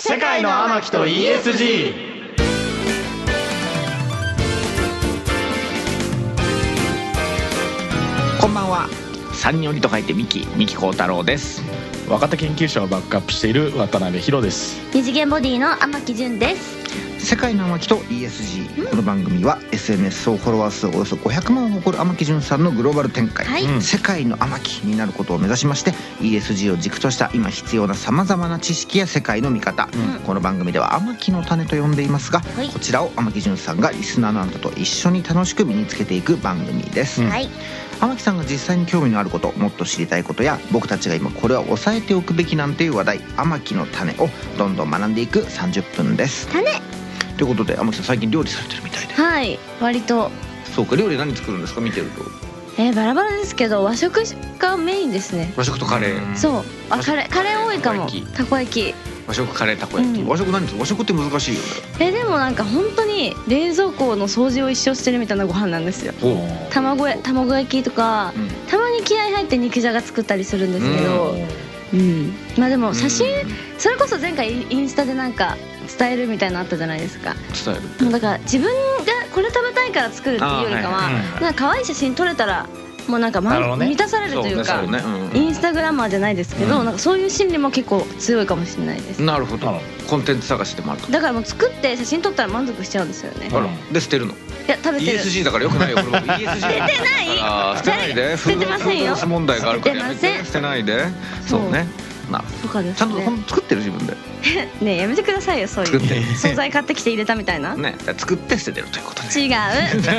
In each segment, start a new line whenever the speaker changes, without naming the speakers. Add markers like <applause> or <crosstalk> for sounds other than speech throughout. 世界の天木と ESG
こんばんは三人折と書いてミキミキ幸太郎です
若手研究者をバックアップしている渡辺博です
二次元ボディの天木純です
世界の天木と ESG、この番組は SNS 総フォロワー数およそ500万を誇る天木潤さんのグローバル展開、
はい
うん世界の天木になることを目指しまして ESG を軸とした今必要なさまざまな知識や世界の見方、
うん
この番組では天木の種と呼んでいますが、
はい
こちらを天木潤さんがリスナーのあなたと一緒に楽しく身につけていく番組です、
うん
はい
天木さんが実際に興味のあることもっと知りたいことや僕たちが今これは押さえておくべきなんていう話題「天木の種」をどんどん学んでいく30分です。
種
ということで天木さん最近料理されてるみたいで
はい割と
そうか料理何作るんですか見てると
えー、バラバラですけど和食がメインですね
和食とカレー
そうあ
和食
カレーカレー多いかも
たこ焼
たこ焼き
和食カレーたこ焼き、
うん
和食何する和食って難しいよね
えーでもなんか本当に冷蔵庫の掃除を一生してるみたいなご飯なんですよ卵や卵焼きとか
うん
たまに気合入って肉じゃが作ったりするんですけどうん、まあでも写真
うん
それこそ前回インインスタでなんか伝えるみたいなのあったじゃないですか
伝える
もうだから自分がこれ食べたいから作るっていうよりかは、
あーはい
はい
なんか可愛い写真撮れたらもうなんか、
なるほ
ま
どね
満たされるというか
そうねそうねうん
インスタグラマーじゃないですけど、
うん
なんかそういう心理も結構強いかもしれないです
なるほ
な
ど
る
コンテンツ探しでもあると
だからもう作って写真撮ったら満足しちゃうんですよね
あらで捨てるの
いや食べてる
ESG だからよくないよこれ僕 ESG 捨てないあー捨てないで
捨ててませんよ
フードロス問題があるからやめ
捨てません
捨てないで
そう
そうねなるほど
とかで
ちゃ
す
んとほ
ね
ん作ってる自分で
ねえやめてくださいよそうい
作っ
う
て
惣菜買ってきて入れたみたいな、
ね作って捨ててるということで
違う作って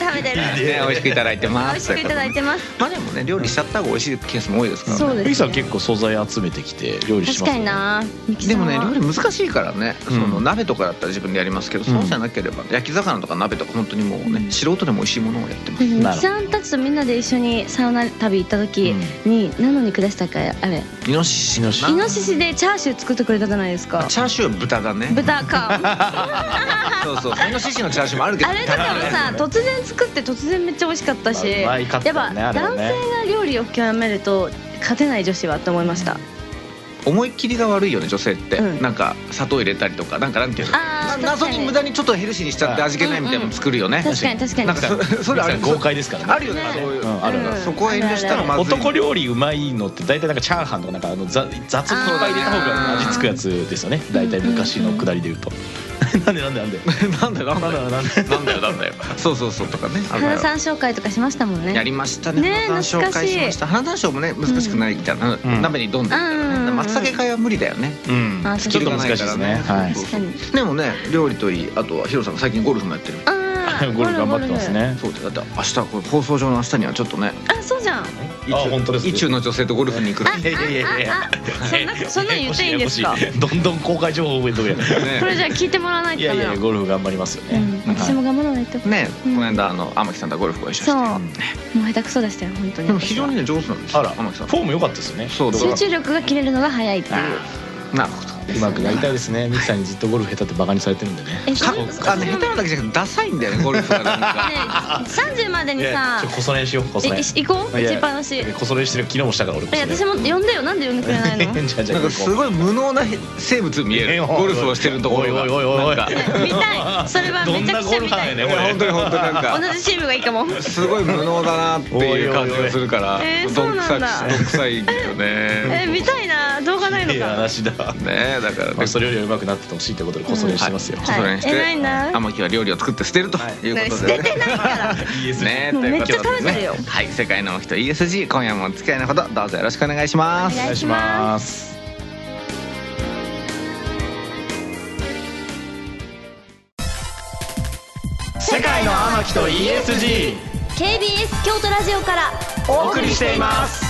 食べてる
ね美味しくいただいて
美
ま
味し
す
くいただいてます
まあでもね料理しちゃった方が美味しいケースも多いですからね
そうで
ミキ
す、
さん
ね、
結構素材集めてきて料理しま
確
す
かになミキ
で
さん
も
は
ね料理難しいからね、
うん
その鍋とかだったら自分でやりますけどそうじゃなければ、焼き魚とか鍋とか本当にもうね、
うん
素人でも美味しいものをやってます、
ミ
な
キ
る
さんたちとみんなで一緒にサウナ旅行った時に、何の肉でしたっけあれ
イノシシ
イノシシ
イノシシでチャーシュー作ってくれたじゃないですか
チャーシューは豚だね
<laughs>
豚か
そうそうイノシシのチャーシューもあるけど
あれとかも
<laughs>
さ突然作って突然めっちゃ美味しかったし、
まあうま
や
いか
っ
った
ぱ
よねあれは
男
ね
性が料理を極めると勝てない女子はって思いました、
思いっきりが悪いよね女性って、
うん
なんか砂糖入れたりとかなんかなんていうのな
あー
謎に無駄にちょっとヘルシーにしちゃって味気ないみたいなの作るよね、
確かに確かに
なんかそそ <laughs> れあ
ミ
れ
キさん豪快ですからね
あるよねそういう、
うんあるあ
うん
る
そこは遠慮したらまずい
男料理うまいのって大体なんかチャーハンとかなんかあのざ雑にいっぱい入れた方が味付くやつですよね大体昔のくだりで言うとなんでなんでなんで
<laughs> なんだよなんだよ
なんだなんで
なんだよなんだよそうそうそうとかねあるあ
花
る
さん紹介とかしましたもんね
やりましたね
ねえ
花壇紹介しました花壇賞もね難しくないみたいな、
うん
鍋にどんどんみたいなね、
うん
松茸会は無理だよね
うん
あ
ス
ー
キ
ちょ
ル
っ
が
と
ないからね
ちょっと難しいで
確かに
でもね料理といいあとはヒロさんが最近ゴルフもやってる
あ
<laughs>
ー
ゴルフ頑張ってますね
そうだよだって明日これ放送上の明日にはちょっとね
ゴルフあそうじゃんあ
あ本当です
意中の女性とゴルフに行くの
あ
ね
いやいやいや
ああそんなそんなん言っていい
<laughs>
んですか
ややこしいややこしいどんどん公開情報覚えておけ
これじゃあ聞いてもらわない
い
と
や
ダ
い
メ
や
だ
ゴルフ頑張りますよ
う
ね
ん、私も頑張らないと、
ねこ
うん
の間あの天木さんとゴルフご一緒して
そう
ね
もう下手くそでしたよ本当に
でも非常にね上手なんですよ
あらフ
天木さ
ォ
ん
ーム良かったですよね
そうだから
集中力が切れるのが早いっていう
なるほど
うまくなりたいですねミキさんにずっとゴルフ下手ってバカにされてるんでね
え
か
そんなそん
あの
なね
下手なだけじゃなくてダサいんだよねゴルフがなんか
30までに
いや
さ
ちょっとこそ練しようこそ
え
練
い行こう
いや
行きっぱなし
こそ練してる昨日もしたから俺こ
え
そ練
私も呼んでよなんで呼んでくれな
<laughs>
いの
じゃあじゃ
な
あ
んかす
い
ごい無能な生物見え
え
る
よ
ゴルフをしてるところが
おいおいおいおい
なんか
見たいそれは
ど
め
ん
ちゃ
な
く
ゴ
ちゃ
ル
見
ファ
た
ー
い
やねん
いや
俺
本当に本当なん
同
か
じチームがいいかも
すごい無能だなっていう感じがするから
おいおいおい
どんく
えーそうなん
さ
だ
いどんくさいよね
え見たいな動画ないの
いや
か
話だ
ねえだから
まあ
ね
それよりは上手くなっててほしいってことでこそ練してますよ
はい
はいえらいな
天木は料理を作って捨てるという
ね
こと
捨
で
て
ね
てないから
<laughs> ね
もう
ということでね
めっちゃ食べてるよ
はい世界の天木と ESG 今夜もお付き合いのほどどうぞよろしくお願いしま
お
す
願いします
世界の天木と ESG
す KBS 京都ラジオから
お送りしています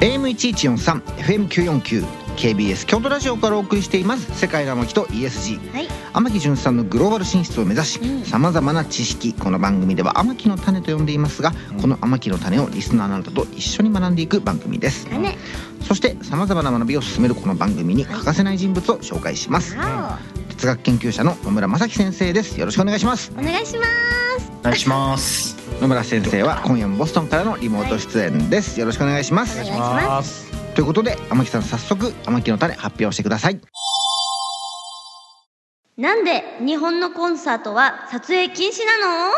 AM1143 FM949 KBS 京都ラジオからお送りしています世界の天木と ESG
はい
天木純さんのグローバル進出を目指し
うん
さまざまな知識この番組では「天木の種」と呼んでいますがこの天木の種をリスナーなどと一緒に学んでいく番組です
だね
そしてさまざまな学びを進めるこの番組に欠かせない人物を紹介します
わ
哲学研究者の野村正樹先生ですよろしくお願いします
おお願いします
お願いします
野村先生は今夜もボストンからのリモート出演ですよろしくお願いします
お願いし
ます
ということで天木さん早速天木の種発表してください
なんで日本のコンサートは撮影禁止な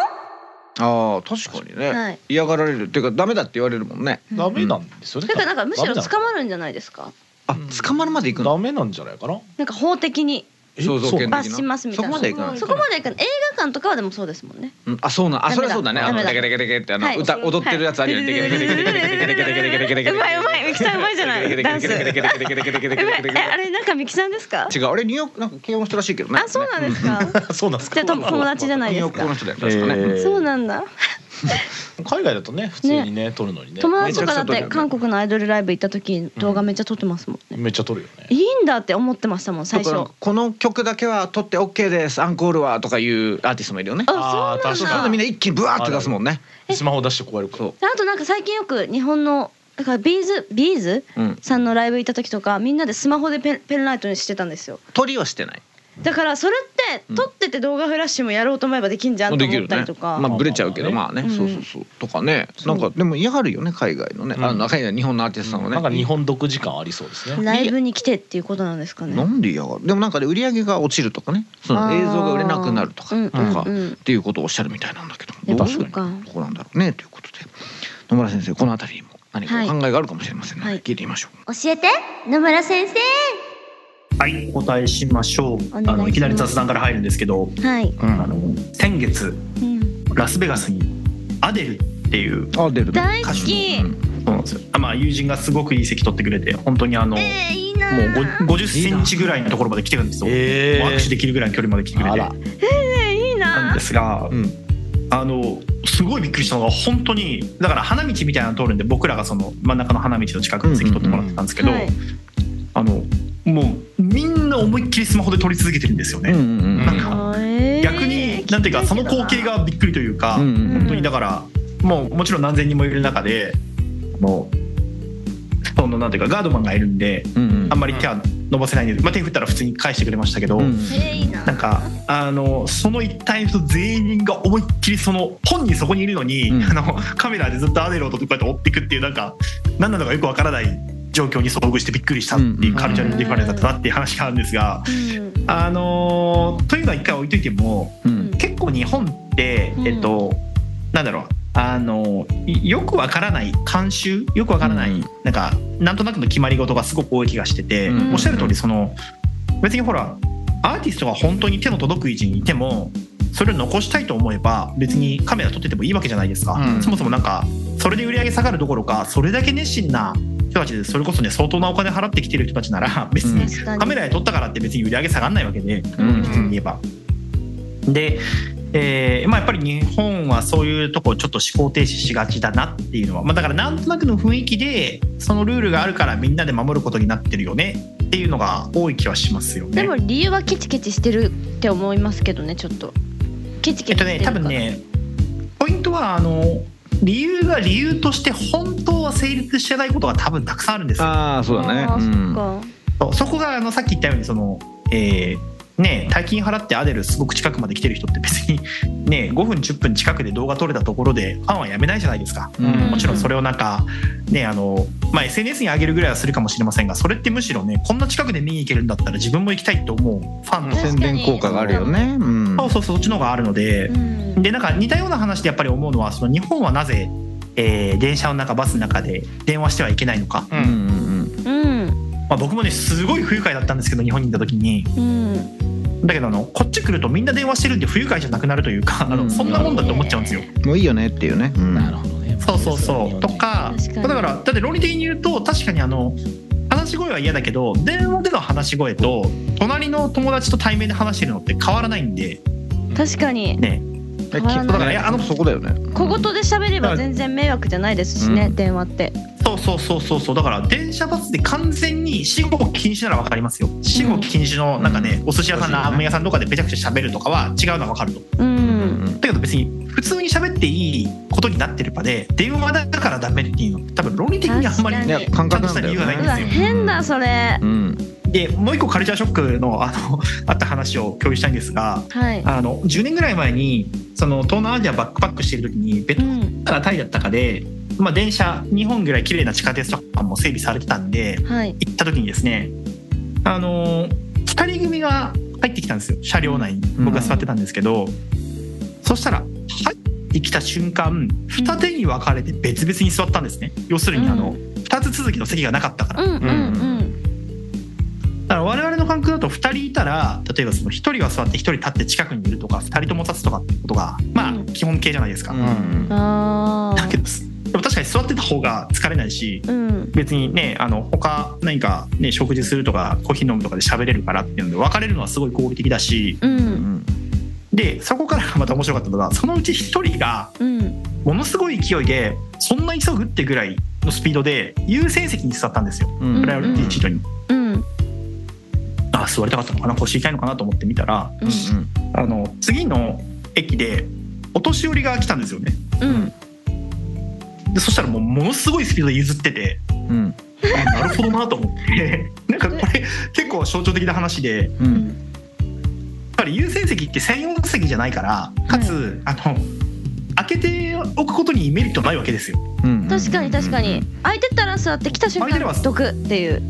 の
あー確かにね、
はい
嫌がられるっていうかダメだって言われるもんね
ダメなんですよね
だからなんかむしろ
ダメ
捕まるんじゃないですか
あ
うん
捕まるまで行く
な
の
ダメなんじゃないかな
なんか法的に
え
肖像権的
そう
な
罰しますみ
そ
たい
こ
な
まで行かない
そこまでいかない映画館とかはでもそうですもんね
うんあそうなんあそれはそうだねあ
ダ
の
メだ
デケデケデケってあ
は
の
い
歌踊ってるやつあるよねデケデケデケデケデケデケデケデケデケデケ
うまいうまいミキさんうまいじゃないダンスうまいえあれなんかミキさんですか
違うあれニューヨークなんか軽音したらしいけどね
あそうなんですか
そうなんです
じゃ
か
あと友達じゃない
ニュー
で
ヨ
す
ークの
か
人だよ確かね、
えー
そうなんだ
海外だとね普通にね撮るのにね
友達とかだ
め
っ
ちゃくちゃ撮
て
るよね
韓国のアイドルライブ行った時動画めっちゃ撮ってますもんね
めっちゃ撮るよね
いいんだって思ってましたもん最
だ
初
からこの曲だけは撮って OK ですアンコールはとかいうアーティストもいるよね
あ
あ
ー
そう
確
そういう
な
の
ん
みん
だ
な一気にブワーって出すもんね
スマホ出して壊れるから
そう
あとなんか最近よく日本のだからビーズビーズ
うん
さんのライブ行った時とかみんなでスマホでペンペンライトにしてたんですよ
撮りはしてない
だからそれって撮ってて動画フラッシュもやろうと思えばできんじゃんと
でき
思
る
った
ね
りとか、
まあブレちゃうけどまあね
うん
そうそうそうとかねなんかでも嫌がるよね海外のね
うん
あの海外の日本のアーティストさんはね
なんか日本独自感ありそうですね
ライブに来てっていうことなんですかね
なんで嫌がるでもなんかで売り上げが落ちるとかねその映像が売れなくなるとか
うん
とか
うんう
っ
ん
ていうことをおっしゃるみたいなんだけど
やっ
ど
ぱ
う
そうか
どこなんだろうねということで野村先生この辺りにも何かお考えがあるかもしれませんの
は
で
い
聞いてみましょう
教えて野村先生
はい、お答えしましょう。あ
願いします
のいきなり雑談から入るんですけど、
はい、
うん
あの先月
うん、
ラスベガスにアデルっていう
あ出るね
大好き
うん
そうなんですよ。あまあ友人がすごくいい席取ってくれて、本当にあの、
えー、いいな
もう
ー
ご50センチぐらいのところまで来てるんですよ。
え
もう握手できるぐらいの距離まで来てくれ
あ
て
ら
いい
なん
な
ですが、
うん
あのすごいびっくりしたのが本当にだから花道みたいなの通るんで僕らがその真ん中の花道の近くの席取ってもらってたんですけど、
はい
あのもうみんな思いっきりスマホで撮り続けてるんですよね。
うんうんうん
なんか
あれ
逆になんていうかその光景がびっくりというか、
うんうん
本当にだからもうもちろん何千人もいる中でもうそのなんていうかガードマンがいるんで
うんうん
あんまり手は伸ばせないんで、まあ、手振ったら普通に返してくれましたけど、
うん
えー、いいな
なんかあのその一体の人全員が思いっきりその本人そこにいるのに、
うん
あのカメラでずっとアデロとこうやって追っていくっていうなんか何なのかよくわからない状況に遭遇してびっくりしたっていうカルチャーディファレンスだったなっていう話があるんですが、
うん
あのというのは一回置いといても。
うん
結構日本って、
うん
えっとなんだろうあのいよくわからない慣習よくわからない、
うん
なんかなんとなくの決まり事がすごく多い気がしてて、
うん
おっしゃる通りその別にほらアーティストが本当に手の届く位置にいてもそれを残したいと思えば別にカメラ撮っててもいいわけじゃないですか、
うん
そもそもなんかそれで売り上げ下がるどころかそれだけ熱心な人たちでそれこそね相当なお金払ってきてる人たちなら別に
確かに
カメラで撮ったからって別に売り上げ下がらないわけで、
うん
普通に言えば。で、えーまあ、やっぱり日本はそういうとこちょっと思考停止しがちだなっていうのは、まあ、だからなんとなくの雰囲気でそのルールがあるからみんなで守ることになってるよねっていうのが多い気はしますよね。
でも理由はケチケチしてるって思いますけどねちょっとケチ
え
ケチ
っと
して
ね
る
多
から
分ねポイントはあの理由が理由として本当は成立してないことが多分たくさんあるんですよ
ああそうだね
あ
う
ー
ん
そっか
そうそこがあのさっき言ったようにその、えーね、大金払ってアデルすごく近くまで来てる人って別に、 <laughs> ね、5分10分近くで動画撮れたところでファンはやめないじゃないですか。
うん
もちろんそれをなんか、ねあのまあ、SNS に上げるぐらいはするかもしれませんがそれってむしろねこんな近くで見に行けるんだったら自分も行きたいと思うファンと
確か
宣
に
伝効果があるよねうん
そうそうそうそっちの方があるので
う、ん
でなんか似たような話でやっぱり思うのはその日本はなぜ、えー電車の中バスの中で電話してはいけないのか、
うんうん
うん
まあ、僕もねすごい不愉快だったんですけど日本にいた時に。
うん
だけどあのこっち来るとみんな電話してるんで不愉快じゃなくなるというか、あ
うん
のそんなもんだって思っちゃうんですよ。
うんもういいよねっていうねうん
なるほどね
そうそうそうとか
確かに
だからだって論理的に言うと確かにあの話し声は嫌だけど電話での話し声と隣の友達と対面で話してるのって変わらないんで
確かに
ね
え
変わらない
きっとだからいやあのそこだよね
小言で喋れば全然迷惑じゃないですしね、
うん
電話って
そうそうそうそうそうだから電車バスで完全に死後禁止なら分かりますよ死後禁止のなんかね、お寿司屋さ
そうですよ
ん
ね
ラーメン屋さんとかでべちゃくちゃ喋るとかは違うのは分かると
う
う、
んん
だけど別に普通に喋っていいことになってる場で電話だからダメっていうのって多分論理的にあんま
確
り
か
い
に
や感覚なんだよね
ちゃんとした理由はないん
う
で
わ
すよ
変だそれ
うん
でもう一個カルチャーショックのあのあった話を共有したいんですが
はい
あの10年ぐらい前にその東南アジアバックパックしてる時にベト
う
ナム
ん
からタイだったかでまあ、電車2本ぐらい綺麗な地下鉄とかも整備されてたんで
はい
行った時にですねあの2人組が入ってきたんですよ車両内に僕が座ってたんですけど、そしたら入ってきた瞬間二手に分かれて別々に座ったんですね要するにあの、
う
2つ続きの席がなかったから。
うんうんうん
だから我々の感覚だと2人いたら例えばその1人は座って1人立って近くにいるとか2人とも立つとかってことがま
う
あ
ん
基本形じゃないですか、
うん
あ
だけ
あ
どでも確かに座ってた方が疲れないし
うん
別にねあの他何か、ね、食事するとかコーヒー飲むとかで喋れるからっていうので別れるのはすごい合理的だし
う
うんん
でそこからがまた面白かったのがそのうち1人が
うん
ものすごい勢いでそんな急ぐってぐらいのスピードで優先席に座ったんですよ
うん
プライオリティシートに。
うん
あ座りたかったのかな腰痛いのかなと思って見たら
うん
あの次の駅でお年寄りが来たんですよね
うん
でそしたらもうものすごいスピードで譲ってて
うんうん
あなるほどなと思ってなんかこれ結構象徴的な話でやっ
うん
ぱり優先席って専用席じゃないからかつ、あの開けておくことにメリットないわけですよ
うん
確かに確かに空いてたら座ってきた瞬
空いてれば
間毒っていう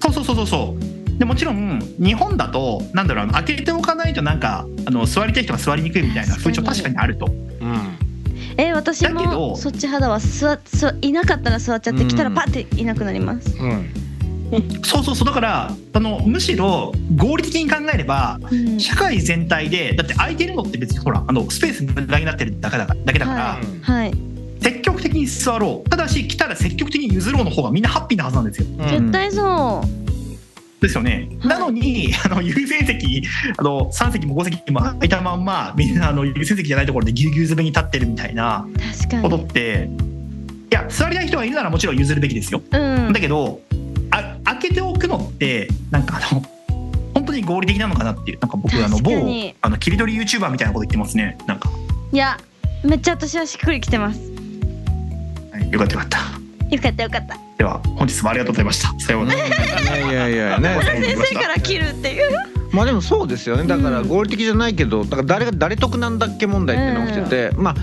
そうそうそうそうそうでもちろん日本だとなんだろうあの開けておかないとなんかあの座りたい人が座りにくいみたいな風潮
確
確か
か
に
に
あると
えー私
だけど
もそっち肌は座っ座いなかったら座っちゃってきたらパッていなくなります。
そうそうそうだからあのむしろ合理的に考えれば
うん
社会全体でだって空いてるのって別にほらあのスペース無駄になってるだけだからだけだから、
ははい、
積極的に座ろうただし来たら積極的に譲ろうの方がみんなハッピーなはずなんですよ
絶対そ
ですよね、
はい
なのに <laughs> あの優先席あの3席も5席も空いたまんまみんなあの優先席じゃないところでぎゅうぎゅう詰めに立ってるみたいな
う確か
ことっ
に。
ていや座りたい人がいるならもちろん譲るべきですよ
うん
だけどあ開けておくのってなんかあの本当に合理的なのかなっていうなんか僕あの
確か
某
に
あの切り取り YouTuber みたいなこと言ってますねなんか、
いやめっちゃ私はしっくりきてます。
はいよかったよかった
よかったよかった。
では本日もありがとうございましたさようなら
いやいやいやね
先生から切るっていう。
まあでもそうですよねだから
うん
合理的じゃないけどだから誰が誰得なんだっけ問題っていうのが起きてて、まあ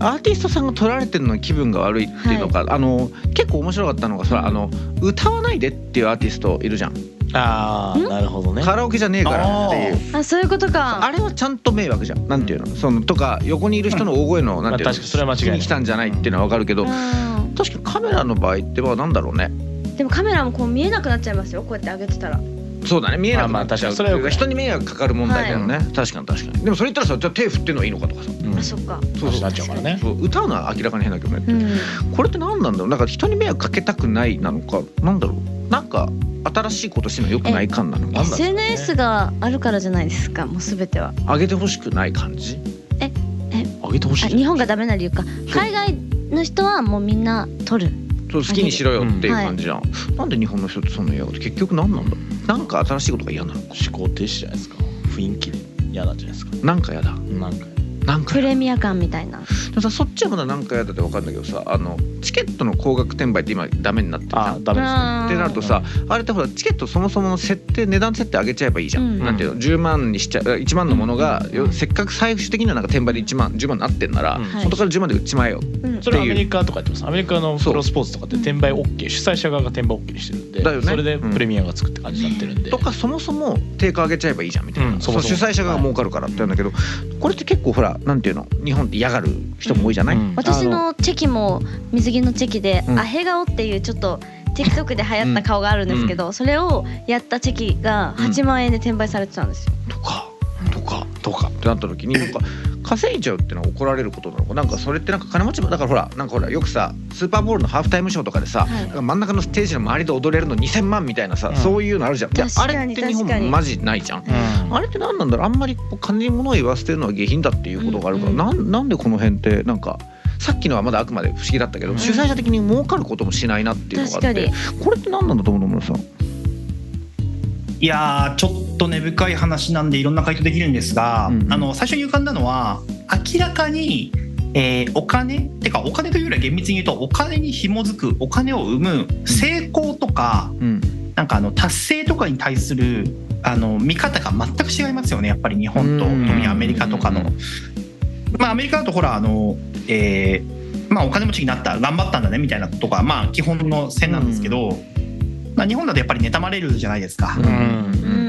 アーティストさんが取られてるのに気分が悪いっていうのか、あの結構面白かったのがそれあの歌わないでっていうアーティストいるじゃん、
ああなるほどね
カラオケじゃねえからっていう
あそういうこと
あ
か。
れはちゃんと迷惑じゃんなんていうのそのとか横にいる人の大声の、なんていう
まあ確
の
かにそれは間違いない
聞きに来たんじゃないっていうのは分かるけど、
うん
確かにカメラの場合ってはなんだろうね
でもカメラもこう見えなくなっちゃいますよこうやって上げてたら。
そうだね見えなくなっち
まあま
ゃう
あ確かにそれはよくない
人に迷惑かかる問題だよね、確かに確かにでもそれ言ったらさじゃあ手振ってんのはいいのかとかさ
うん
あそっか。
そうそう
なっちゃうからね
そう歌うのは明らかに変だけどね、
うん
これって何なんだろうなんか人に迷惑かけたくないなのかなんだろうなんか新しいことしてるのよくない感なのかなんだろ
SNS があるからじゃないですかもうすべては。
う上げてほしくない感じ
ええ
上げてほし
あ
いじゃん
日本がダメな理由か。海外の人はもうみんな撮る。
そう好きにしろよっていう感じじゃん、なんで日本の人ってそんな嫌がって結局何なんだろうなんか新しいことが嫌なのか
思考停止じゃないですか雰囲気で嫌なんじゃないですか
なんか嫌だ
なんか
なんか
プ
嫌だ
レミア感みたいな。
でもさそっちはまだなんか嫌だって分かるんだけどさあのチケットの高額転売って今ダメになってるじゃん
あダメですね
ってなるとさあれってほらチケットそもそもの設定値段設定上げちゃえばいいじゃん、
うん
なんていうの10万にしちゃう1万のものが、
うん
せっかく最終的にはなんか転売で1万10万になってんなら、
うん
はい
元から10万で売っちまえよ
うん
それアメリカとかやってますアメリカの
そう
プロスポーツとかって転売 OK 主催者側が転売 OK にしてるんで
だよね
それで
うん
プレミアがつくって感じになってるんで、
とかそもそも定価上げちゃえばいいじゃんみたいな、
うん
そ
そ
の
もそも
主催者側が儲かるからって言うんだけど、これって結構ほらなんていうの日本って嫌がる人も多いじゃない、
うん
私のチェキも水着のチェキで、
うん
アヘ顔っていうちょっと TikTok で流行った顔があるんですけど、それをやったチェキが8万円で転売されてたんですよ、
とかとかとかってなった時になんか稼いじゃうってのは怒られることなのかなんかそれってなんか金持ちもだからほらなんかほらよくさスーパーボールのハーフタイムショーとかでさ、
はい
なんか真ん中のステージの周りで踊れるの2000万みたいなさ、
うん
そういうのあるじゃんで
確かに
あれって日本
確かに
マジないじゃん
うん
あれって何なんだろうあんまりこう金に物を言わせてるのは下品だっていうことがあるから、
うんうん
なんなんでこの辺ってなんかさっきのはまだあくまで不思議だったけど、
うん
主催者的に儲かることもしないなっていうのがあってこれって何なんだと思うの野村さん
いやーちょっと根深い話なんでいろんな回答できるんですが、
うん
あの最初に浮かんだのは明らかに、えーお金てかお金というよりは厳密に言うとお金に紐づくお金を生む成功とか、
うん
なんかあの達成とかに対するあの見方が全く違いますよねやっぱり日本と
うん
特にアメリカとかの。まあ、アメリカだとほらあの、えーまあ、お金持ちになった頑張ったんだねみたいなことが、まあ、基本の線なんですけど、まあ、日本だとやっぱり妬まれるじゃないですか。
うん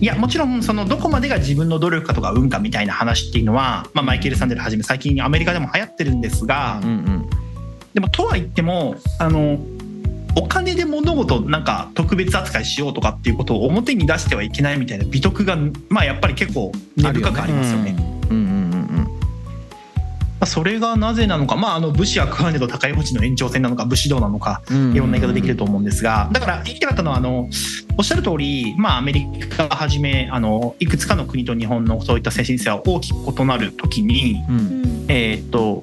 いやもちろんそのどこまでが自分の努力かとか運かみたいな話っていうのは、まあ、マイケル・サンデルはじめ最近アメリカでも流行ってるんですが、でもとは言ってもあのお金で物事をなんか特別扱いしようとかっていうことを表に出してはいけないみたいな美徳が、まあ、やっぱり結構根深くありますよね。まあそれがなぜなのか、まあ、あの武士はクワネと高いちの延長線なのか武士道なのかいろんな言い方できると思うんですがだから言いたかったのはあのおっしゃる通り、まあ、アメリカはじめあのいくつかの国と日本のそういった精神性は大きく異なるときに、えーっと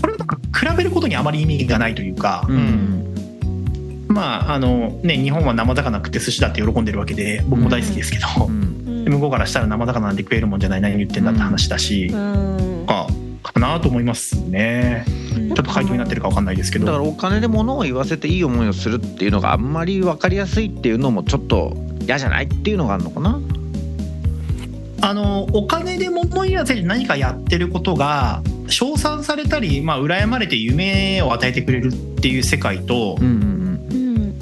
これはなんか比べることにあまり意味がないというか、まああのね、日本は生魚くて寿司だって喜んでるわけで僕も大好きですけど、で向こうからしたら生魚なんて食えるもんじゃない何言ってんだって話だし、
うん
かかなと思いますね。ちょっと回答になってるかわかんないですけ
だから
ど。
お金で物を言わせていい思いをするっていうのがあんまり分かりやすいっていうのもちょっと嫌じゃないっていうのがあるのかな。
あのお金で物言わせで何かやってることが称賛されたり、まあ、羨まれて夢を与えてくれるっていう世界と、
うん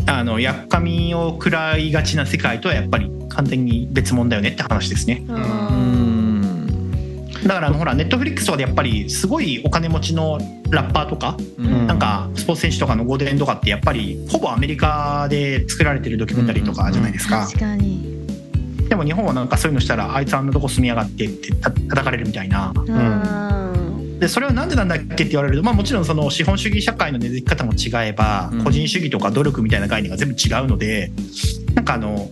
あのやっかみを食らいがちな世界とはやっぱり完全に別物だよねって話ですねだからあのほらネットフリックスとかでやっぱりすごいお金持ちのラッパーとか、なんかスポーツ選手とかのゴールデンとかってやっぱりほぼアメリカで作られてるドキュメンタリーとかじゃないですか、
確かに
でも日本はなんかそういうのしたらあいつあんなとこ住みやがってってた叩かれるみたいな
あ
でそれはなんでなんだっけって言われると、まあ、もちろんその資本主義社会の根付き方も違えば、
うん
個人主義とか努力みたいな概念が全部違うのでなんかあの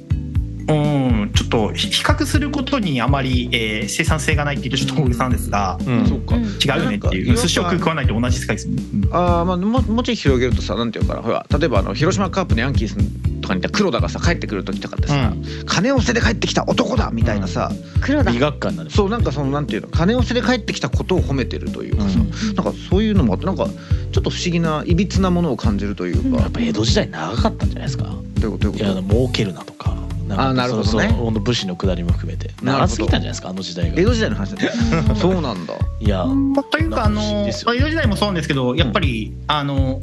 うんちょっとひ比較することにあまり、えー生産性がないっていうとちょっと大げさなんですが、
そっか
うん
違うよねってい
なん
う
か
寿司を食う食わないと同じ世界ですよね。うん
あーまあ、ももうちょい広げるとさなんていうのかなほら例えばあの広島カープのヤンキースとかにいた黒田がさ帰ってくる時とかってさ、金を捨てて帰ってきた男だみたいなさ、
黒だ
美学館になる
そうなんかそのなんていうの金を捨てて帰ってきたことを褒めてるというかさ、なんかそういうのもあってなんかちょっと不思議ないびつなものを感じるという
や
か
っ、ぱ江戸時代長かったんじゃないですか
どういうことどう
い
いうこ
や
と
儲けるなとかんか
あーなるほどね
そうそうほんと武士の下りも含めて
なるほど
長すぎたんじゃないですかあの時代
江
が
戸時代の話だねそうなんだ
いや
まあというかあ
な
の
んか不思議
江
ですよ
戸時代もそうなんですけどやっぱり、あの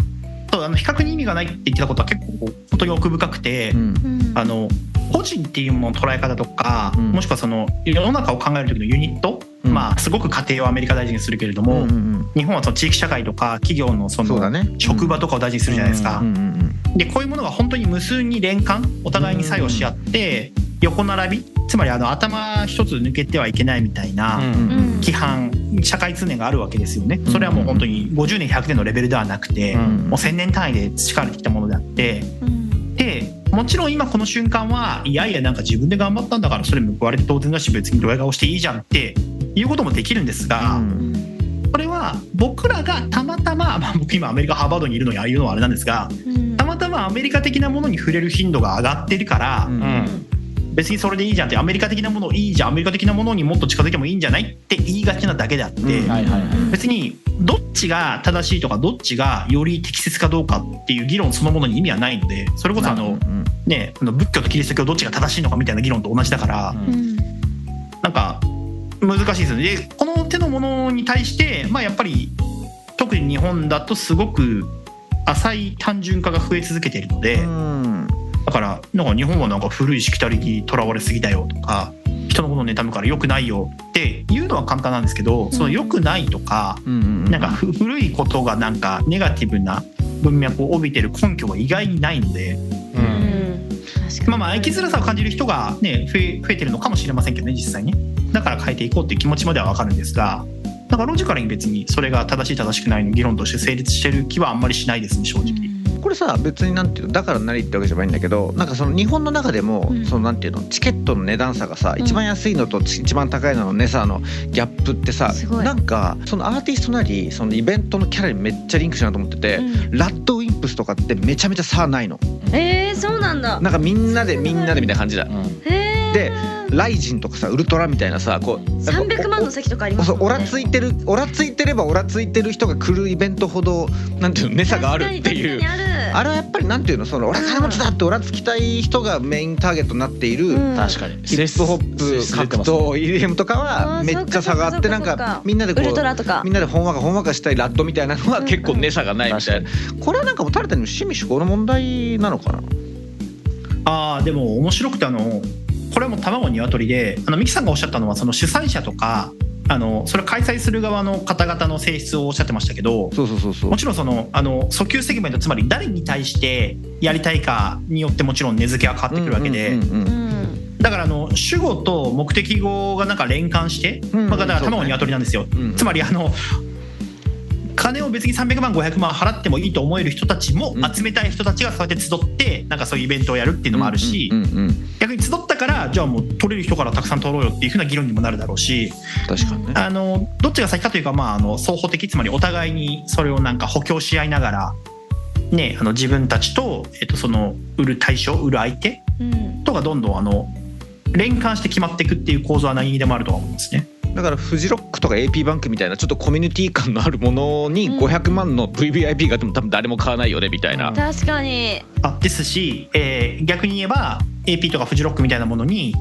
そうあの比較に意味がないって言ってたことは結構本当に奥深くて。
うん
あの個人っていうものの捉え方とか、
うん
もしくはその世の中を考える時のユニット、
うん
まあすごく家庭をアメリカ大事にするけれど
うん
も、
うんうん
日本はその地域社会とか企業のそ
そうだ
の
ね
職場とかを大事にするじゃないですか
う。んうん
でこういうものが本当に無数に連関お互いに作用し合って横並びつまりあの頭一つ抜けてはいけないみたいな。
うんうん
うん
規範社会通念があるわけですよねそれはもう本当に50年100年のレベルではなくて、
ん
もう1,000年単位で培われてきたものであって、でもちろん今この瞬間はいやいやなんか自分で頑張ったんだからそれ報われて当然だし別にドヤ顔していいじゃんっていうこともできるんですが、
うん
これは僕らがたまたま、まあ、僕今アメリカハーバードにいるのにああいうのはあれなんですがたまたまアメリカ的なものに触れる頻度が上がってるから、
うん
別にそれでいいじゃんってアメリカ的なものいいじゃんアメリカ的なものにもっと近づいてもいいんじゃないって言いがちなだけであって、
うん
はいはいはい
別にどっちが正しいとかどっちがより適切かどうかっていう議論そのものに意味はないのでそれこそあの、
うん
ね、あの仏教とキリスト教どっちが正しいのかみたいな議論と同じだから、なんか難しいですよねでこの手のものに対して、まあ、やっぱり特に日本だとすごく浅い単純化が増え続けているので、
うん
だからなんか日本はなんか古いしきたりにとらわれすぎだよとか人のことを妬むから良くないよっていうのは簡単なんですけどその良くないとか、
うんうん
なんかふ古いことがなんかネガティブな文脈を帯びてる根拠が意外にないので。
うん確かに
まあまあ生きづらさを感じる人がね増え増えてるのかもしれませんけどね実際にだから変えていこうっていう気持ちまではわかるんですがだからロジカルに別にそれが正しい正しくないの議論として成立してる気はあんまりしないですね正直
これさ別になんていうのだからなりってわけじゃないんだけどなんかその日本の中でも、
うん
そのなんていうのチケットの値段差がさ、一番安いのとち一番高いのの値差のギャップってさ
すごい
なんかそのアーティストなりそのイベントのキャラにめっちゃリンクしようと思ってて、
うん
ラッドウィンプスとかってめちゃめちゃ差ないの
えーそうなんだ
なんかみんなでみんなでみたいな感じだ
うん
へー
でライジンとかさウルトラみたいなさこう
三百万の席とかあります
そ
も
うん
ね
オラついてるオラついてればオラついてる人が来るイベントほどなんていうの値差があるっていう
確かに確かにあ
あれはやっぱりなんていうのその俺金持ちだってオラつきたい人がメインターゲットになっている、
るうん
確かに
ヒップホップ
出て
格
ます
闘 EDM とかは
あー
めっちゃ差があって
そ
な
っ
ん
かそっかそっか
かみんなでこ
ウルト
う
ラとか
みんなでほんわかほんわかしたいラッドみたいなのは
うん
結構値差がないみたいなこれはなんかもうタレタに趣味嗜好の問題なのかな
ああでも面白くてあのこれも卵鶏であのミキさんがおっしゃったのはその主催者とかあのそれを開催する側の方々の性質をおっしゃってましたけど
そうそうそうそう
もちろんそのあの訴求セグメントつまり誰に対してやりたいかによってもちろん値付けは変わってくるわけで、
うんうんうんうん
うん
だからあの主語と目的語がなんか連関して、
うん
まあ、だから
そうね
卵鶏なんですよ、
うん
つまりあの金を別に300万500万払ってもいいと思える人たちも
うん
集めたい人たちがそうやって集ってなんかそういうイベントをやるっていうのもあるし、
うんうんうん
逆に集ったからじゃあもう取れる人からたくさん取ろうよっていうふうな議論にもなるだろうし
確かにね
あのどっちが先かというか、まあ、あの双方的つまりお互いにそれをなんか補強し合いながら、ね、あの自分たちと、えっと、その売る対象売る相手
うん
とがどんどんあの連関して決まっていくっていう構造は何にでもあるとは思いますね。
だからフジロックとか AP バンクみたいなちょっとコミュニティ感のあるものに500万の VVIP があっても多分誰も買わないよねみたいな、
確かに
あですし、えー逆に言えば AP とかフジロックみたいなものに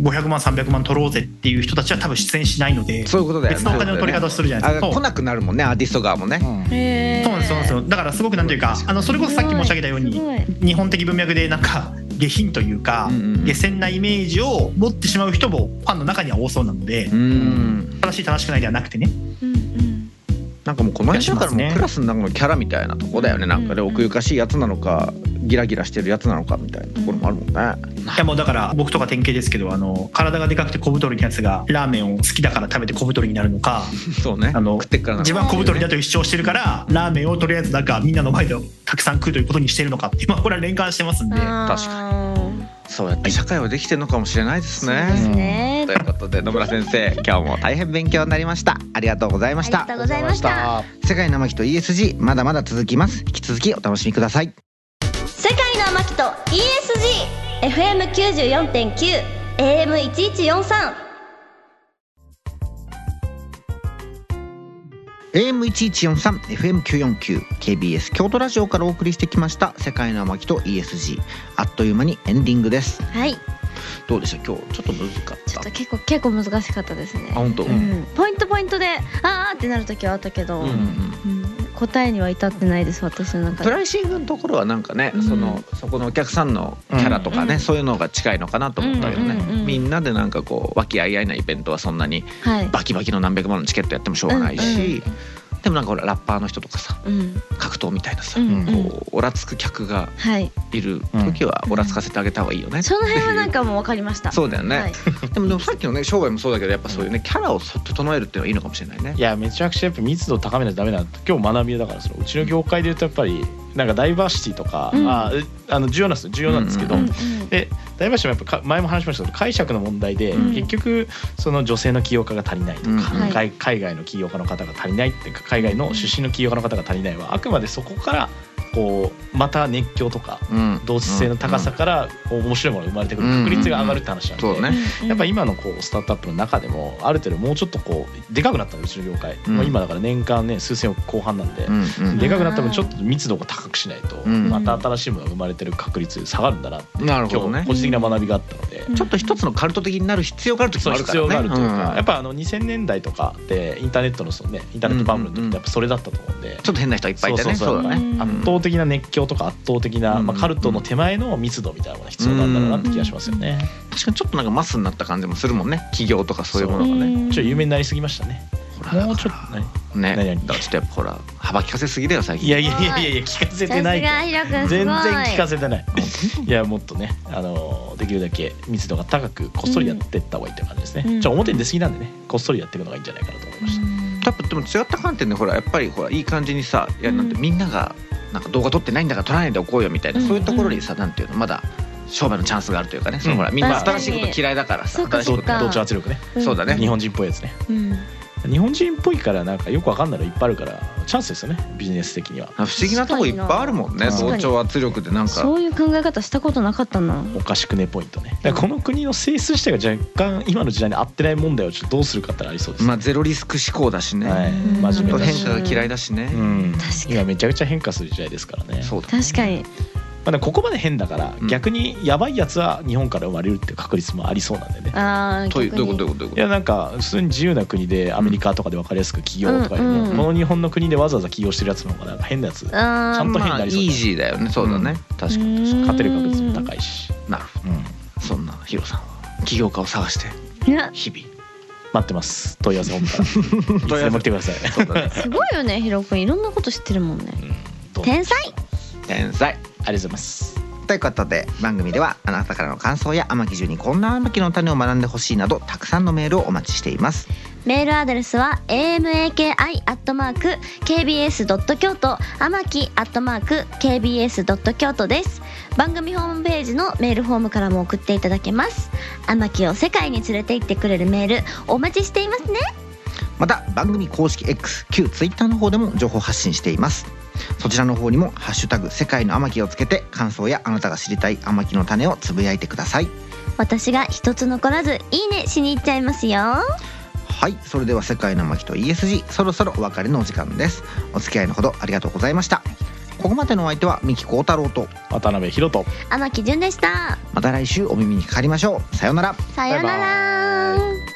500万300万取ろうぜっていう人たちは多分出演しないので
そういうことだよね
別のお金の取り方をするじゃないですか。
あ来なくなるもんねアーティスト側もね、
へー
そうなんですそうなんですよだからすごくなんていうかあのそれこそさっき申し上げたよう
す
に
ごい
日本的文脈でなんか下品というか、
うんうん
下賤なイメージを持ってしまう人もファンの中には多そうなので、
うん
正しい正しくないではなくてね
うんうん
なんかもうこの辺だからもう
いやしますね
クラスの中のキャラみたいなとこだよねなんかで
うん
奥ゆかしいやつなのかギラギラしてるやつなのかみたいなところもあるもんね
いやもうだから僕とか典型ですけどあの体がでかくて小太りのやつがラーメンを好きだから食べて小太りになるのか
そうね
あの
食ってっからなの
自
か
分は小太りだという主張してるからラーメンをとりあえずなんかみんなの前でたくさん食うということにしてるのかって、まあ、これは連関してますんで。
確
かに
そうやって社会はできてるのかもしれないです
そうです
ね
ね
ということで野村先生今日も大変勉強になりましたありがとうございまし
あ
た
りがとうございました
世界の巻と ESG まだまだ続きます引き続きお楽しみください
世界の天木と ESG FM94.9AM1143
AM1143 FM949 KBS 京都ラジオからお送りしてきました世界の巻と ESG あっという間にエンディングです
はい
どうでした今日ちょっと難しかっ
ち
た
ょっと結構結構難しかったですね
あ本当
う
うん
んポイントポイントであーってなる時はあったけど、
うんうん
うん答えには至ってないです私の中
プ
で
ライシングのところはなんかね、
うん
そのそこのお客さんのキャラとかね、
うん
そういうのが近いのかなと思ったけどね、
うんうんうん
みんなでなんかこう和気あいあいなイベントはそんなに
はい、
バキバキの何百万のチケットやってもしょうがないし、でもなんかほらラッパーの人とかさ
うん
格闘みたいなさ、
うんうん
こうオラつく客が
はい、
いる時はオラつかせてあげた方がいいよね、
その辺はなんかもう分かりました
そうだよね
はい
でもでもさっきのね商売もそうだけどやっぱそういうねキャラを整えるっていうのはいいのかもしれないね
い。やめちゃくちゃやっぱ密度高めないとダメなんだ今日学びだからそのうちの業界で言うとやっぱりなんかダイバーシティとか、
うん
あえあの重要なんですよ重要なんですけど、
う
うんうん
でダイバーシティもやっぱか前も話しましたけど解釈の問題で、
うん
結局その女性の起業家が足りないとか、
うん
はい
海海外の起業家の方が足りないっていうか海外の出身の起業家の方が足りないはあくまでそこからこうまた熱狂とか
うん
同質性の高さから面白いものが生まれてくる確率が上がるって話なんで、
うんそうね
うん
やっぱ今のこうスタートアップの中でもある程度もうちょっとこうでかくなったのうちの業界、
うん
もう今だから年間ね数千億後半なんで
う、んうん
でかくなった分ちょっと密度が高くしないと、
うん
また新しいものが生まれてる確率下がるんだなって
なるほど
今日
ね
個人的な学びがあったので。
うん
ちょっと一つのカルト的になる必要がある時
そ
も
の
あるか
必
らね
要があるというか、
うん
やっぱあの2000年代とかでインターネットのそのねインターネットバブルの時ってやっぱそれだったと思うんで、
ちょっと変な人がいっぱいいてね
そうそうそう
そうだね
うん
圧倒的な熱狂とか圧倒的な、
うん
まあ、カルトの手前の密度みたいなものが必要なんだろうなって気がしますよね。
確かにちょっとなんかマスになった感じもするもんね企業とかそういうものがね
ちょっと有名になりすぎましたね。
ほら
もう
だ
ちょ
か
っとね
らね
何々
だからちょっとやっぱほら幅利かせすぎだよ最近
いやいやいやいやいや聞かせてないから
ひろく
全然聞か
せ
せてないいやもっとねあのできるだけ密度が高くこっそりやってった方がいいって感じですね、
うん
ちょっと表に出過ぎなんでねこっそりやっていくのがいいんじゃないかなと思いました、
やっぱでも違った観点でほらやっぱりほらいい感じにさいやなんて
うん
みんながなんか動画撮ってないんだから撮らないでおこうよみたいな、
うん
そういうところにさなんていうのまだ商売のチャンスがあるというかね、そのほらみんな
確か
新
に
しいこと嫌いだからさ
そうか
新しい
そ
こ
うか
同調圧力ね
とそうだね
日本人っぽいやつね
うん
日本人っぽいからなんかよくわかんないのいっぱいあるからチャンスですよねビジネス的には
不思議なとこいっぱいあるもんね
確か
に
同調圧力でなんか
そういう考え方したことなかったな
おかしくねポイントねだからこの国の性質自体が若干今の時代に合ってない問題をちょっとどうするかってのはありそうです、
まあゼロリスク思考だしね、
はい
うん
真面目だ
変
し、
化が嫌いだしね
う、ん
確か、に
今めちゃくちゃ変化する時代ですからね
そうだ
確かに
まあ、でもここまで変だから、
うん
逆にやばいやつは日本から生まれるっていう確率もありそうなんでね
ああ
というどういうことどういうことどういう
い
こと
やなんか普通に自由な国でアメリカとかで分かりやすく起業とかより
うん
も、
う
こ
ん
の日本の国でわざわざ起業してるやつの方がなんか変なやつ勝
あ
ちゃんと変に
まあ
なり
イ
そうだ
ージーだよねそうだね、
うん
確かに
てる確率も高いし、
なるほ
うん
どそんなヒロさんは起業家を探して
いや
日々
待ってます問い合わせ本
<laughs>
部からいつでも来てください
そうだね
すごいよねヒロ君いろんなこと知ってるもんね
どうもあり
天才
天才
がとうございます
ということで番組ではあなたからの感想や天城中にこんな天城の種を学んでほしいなどたくさんのメールをお待ちしています
メールアドレスは amaki.kbs.kyoto 天木 .kbs.kyoto です番組ホームページのメールフォームからも送っていただけます天木を世界に連れて行ってくれるメールお待ちしていますね
また番組公式 X 旧 Twitter の方でも情報発信していますそちらの方にも「ハッシュタグ世界の天城」をつけて感想やあなたが知りたい天城の種をつぶやいてください
私が一つ残らずいいねしに行っちゃいますよ
はいそれでは「世界の天城と ESG」そろそろお別れのお時間ですお付き合いのほどありがとうございましたここまでのお相手は三木幸太郎と
渡辺宏斗
天木純でした
また来週お耳にかかりましょうさようなら
さようなら
バイバイ